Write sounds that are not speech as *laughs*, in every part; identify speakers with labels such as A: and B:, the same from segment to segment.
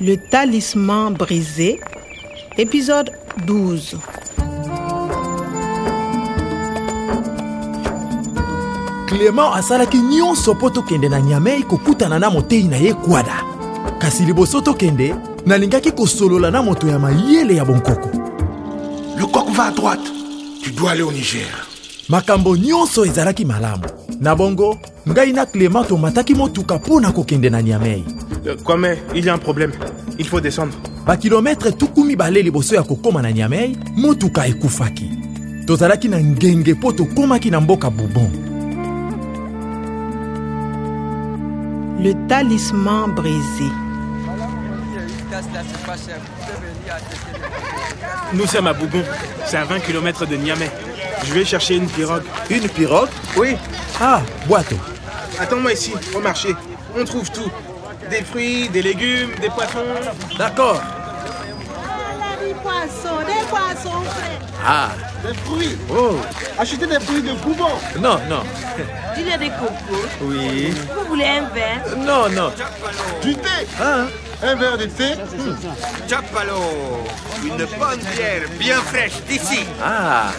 A: Le talisman brisé, épisode 12.
B: clément asalaki nyonso mpo tokende na nyamei kokutana na motei na ye kwada kasi liboso tokende nalingaki kosolola na moto ya mayele ya bonkoko
C: Le coq va à droite. Tu dois aller au Niger.
B: makambo nyonso ezalaki malamu na bongo ngai na clément tomataki motuka mpo na kokende na niamei
D: Euh, Kwame, il y a un problème. Il faut descendre.
B: bakilometre tuku mibale liboso ya kokóma na niamei motuka ekufaki tozalaki na ngenge mpo tokómaki na mboka bourbon
A: Le talisman brisé.
D: Nous sommes à Bougon. C'est à 20 km de Niamey. Je vais chercher une pirogue.
B: une pirogue
D: Oui,
B: ah bwato
D: attends-moi ici, au marché. On trouve tout. Des fruits, des légumes, des poissons.
B: d'accord ah
E: Des fruits.
B: oh
E: Achetez des fruits de Bourbon.
B: non
F: *laughs*
B: non
F: Du lait de coco.
B: oui
F: Vous voulez un verre
B: Non, non.
E: Du thé.
B: Hein?
E: Un verre de thé.
G: Chapalo Une bonne bière bien fraîche d'ici
B: Ah,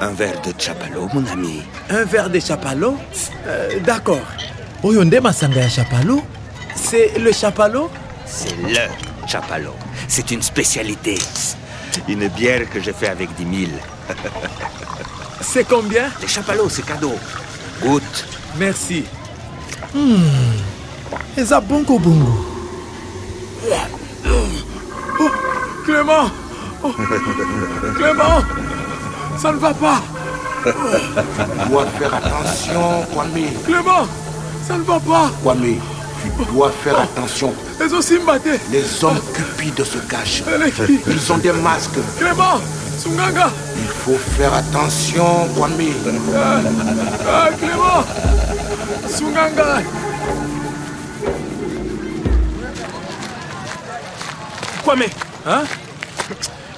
G: Un verre de Chapalo, mon ami.
B: un verre de chapalo Euh, D'accord. Oh, Oyo nde masanga ya chapalo C'est le chapalo
G: C'est LE Chapalo. C'est une spécialité. Une bière que j'ai fait avec 10 000.
B: C'est combien
G: Les Chapalos, c'est cadeau. Goûte.
B: Merci. Hmm. Eza bongo bongo. Oh, Clément Oh, Clément Ça ne va pas
C: Tu dois faire attention, Kwame.
B: Clément Ça ne va pas
C: Kwame, tu dois faire attention.
B: ezosimba te
C: Les hommes cupides se cachent.
B: Eleki.
C: Ils ont des masques.
B: Clément sunganga
C: Il faut faire attention, Kwame.
B: Ah, Clément Sunganga
D: Kwame,
B: Hein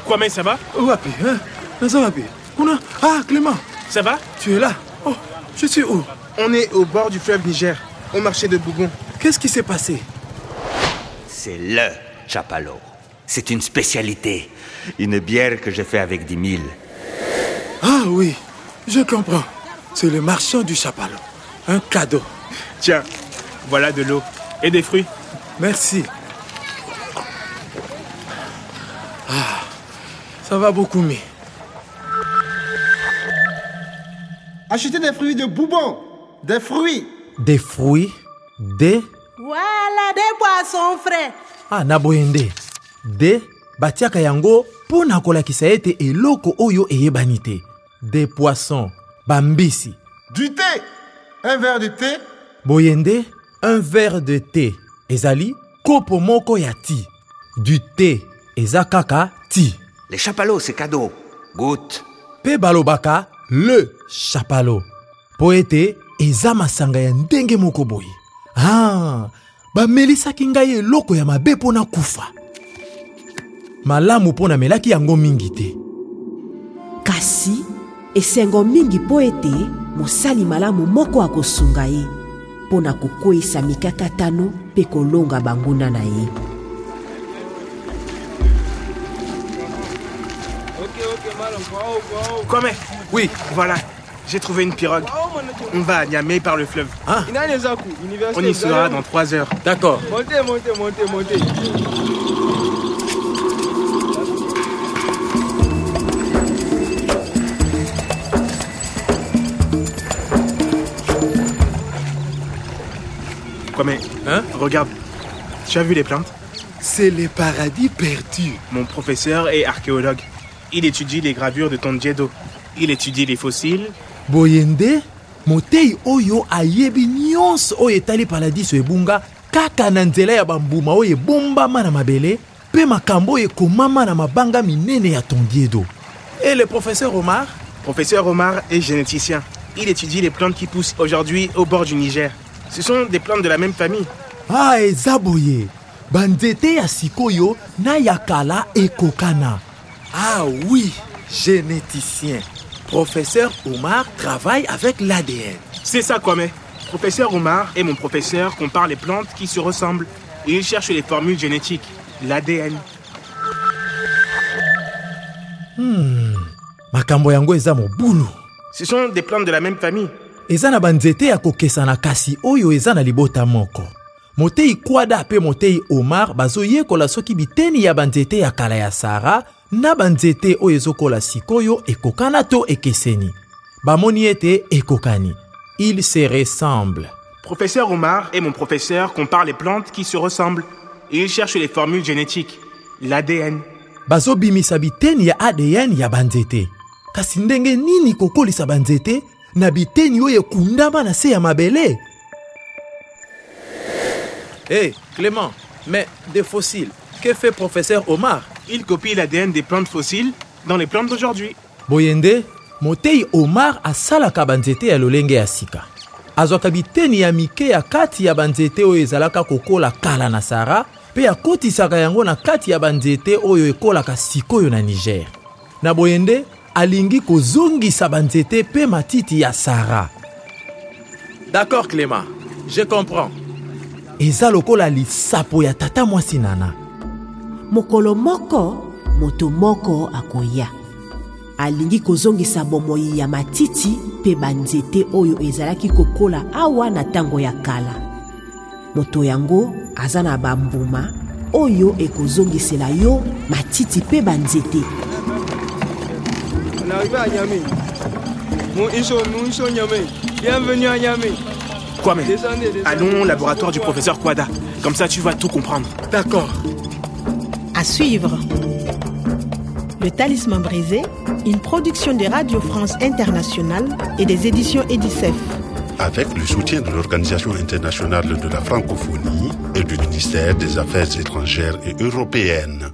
D: Kwame, ça va
B: Wapi, hein Naza wapi Kuna Ah, Clément,
D: Ça va
B: tu es là Oh, je suis où
D: On est au bord du fleuve Niger, au marché de Bougon.
B: Qu'est-ce qui s'est passé
G: C'est LE Chapalo. C'est une spécialité. Une bière que j'ai fait avec 10 000.
B: Ah oui, je comprends. C'est le marchand du chapalot. Un cadeau.
D: Tiens, voilà de l'eau et des fruits.
B: Merci. Ah, ça va beaucoup mieux.
E: Achetez des fruits de Bourbon. Des fruits.
B: Des fruits, des...
F: Voilà des poissons frais.
B: Ah, naboyende. Des... batiaka yango mpo na kolakisa ete eloko oyo eyebani te de poisson bambisi
E: Du thé. Un verre de thé.
B: boye nde un verre de thé ezali kopo moko ya ti du thé eza kaka ti
G: Les Chapalos, c'est cadeau. Goûte.
B: mpe balobaka le chapalo mpo ete eza masanga ya ndenge moko boye ah, bamelisaki ngai eloko ya mabe mpo na kufa malamu mpo namelaki yango mingi te
H: kasi esengo mingi mpo ete mosali malamu moko akosunga ye mpo na kokweyisa mikakatano mpe kolonga banguna na ye
D: Kwame,
B: oui
D: voilà, j'ai trouvé une pirogue. On va à Niamey par le fleuve. On y sera dans 3 heures.
B: Ah. d'accord
I: Montez, montez, montez, montez.
D: Kwame,
B: Hein
D: regarde. Tu as vu les plantes
B: c'est le paradis perdu
D: Mon professeur est archéologue. Il étudie les gravures de Tondjedo. Il étudie les fossiles.
B: boye nde motei oyo ayebi nyonso oyo etali paradiso ebunga kaka na nzela ya bambuma oyo ebombama na mabele mpe makambo oyo ekomama na mabanga minene ya tondiedo e le professeur omar
D: Professeur Omar est généticien. Il étudie les plantes qui poussent aujourd'hui au bord du Niger. Ce sont des plantes de la même famille.
B: ah eza boye banzete ya sikoyo na ya kala ekokana ah oui généticien professeur omar travaille avec l'adn
D: C'est ça, Kwame. Professeur Omar et mon professeur comparent les plantes qui se ressemblent et ils cherchent les formules génétiques. l'ADN.
B: makambo yango eza mobulu
D: Ce sont des plantes de la même famille.
B: eza na banzete ya kokesana kasi oyo eza na libota moko motei kwada mpe motei omar bazoyekola soki biteni ya banzete ya kala ya sara na banzete oyo ezokola sikoyo ekokana to ekeseni bamoni ete ekokani il se ressemble
D: Professeur Omar et mon professeur comparent les plantes qui se ressemblent et ils cherchent les formules génétiques, l'ADN.
B: bazobimisa biteni ya adn ya banzete kasi ndenge nini kokolisa banzete na biteni oyo ekundama na se ya mabele hey, Eh, clément mais des fossiles que fait professeur omar
D: Ils copient l'ADN des plantes fossiles dans les plantes d'aujourd'hui.
B: boye nde motei omar asalaka banzete ya lolenge ya sika azwaka biteni ya mike ya kati ya banzete oyo ezalaka kokola kala na sara mpe akotisaka yango na kati ya banzete oyo ekolaka sikoyo na niger na boye nde alingi kozongisa banzete mpe matiti ya sara d'accord clément je comprends eza lokola lisapo ya tata mwasi nana
H: mokolo moko moto moko akoya alingi kozongisa bomoi ya matiti mpe banzete oyo ezalaki kokola awa na ntango ya kala moto yango aza na bambuma oyo ekozongisela yo matiti mpe banzete
I: On est arrivé à Niamey. Mon Iso, mon Iso Niamey. Bienvenue à Niamey.
D: Quoi mais
I: Descendez, descendez.
D: Allons au laboratoire du professeur Kwada. Comme ça, tu vas tout comprendre.
I: D'accord.
A: À suivre. Le Talisman brisé, une production de Radio France Internationale et des éditions Edicef.
J: avec le soutien de l'Organisation internationale de la francophonie et du ministère des Affaires étrangères et européennes.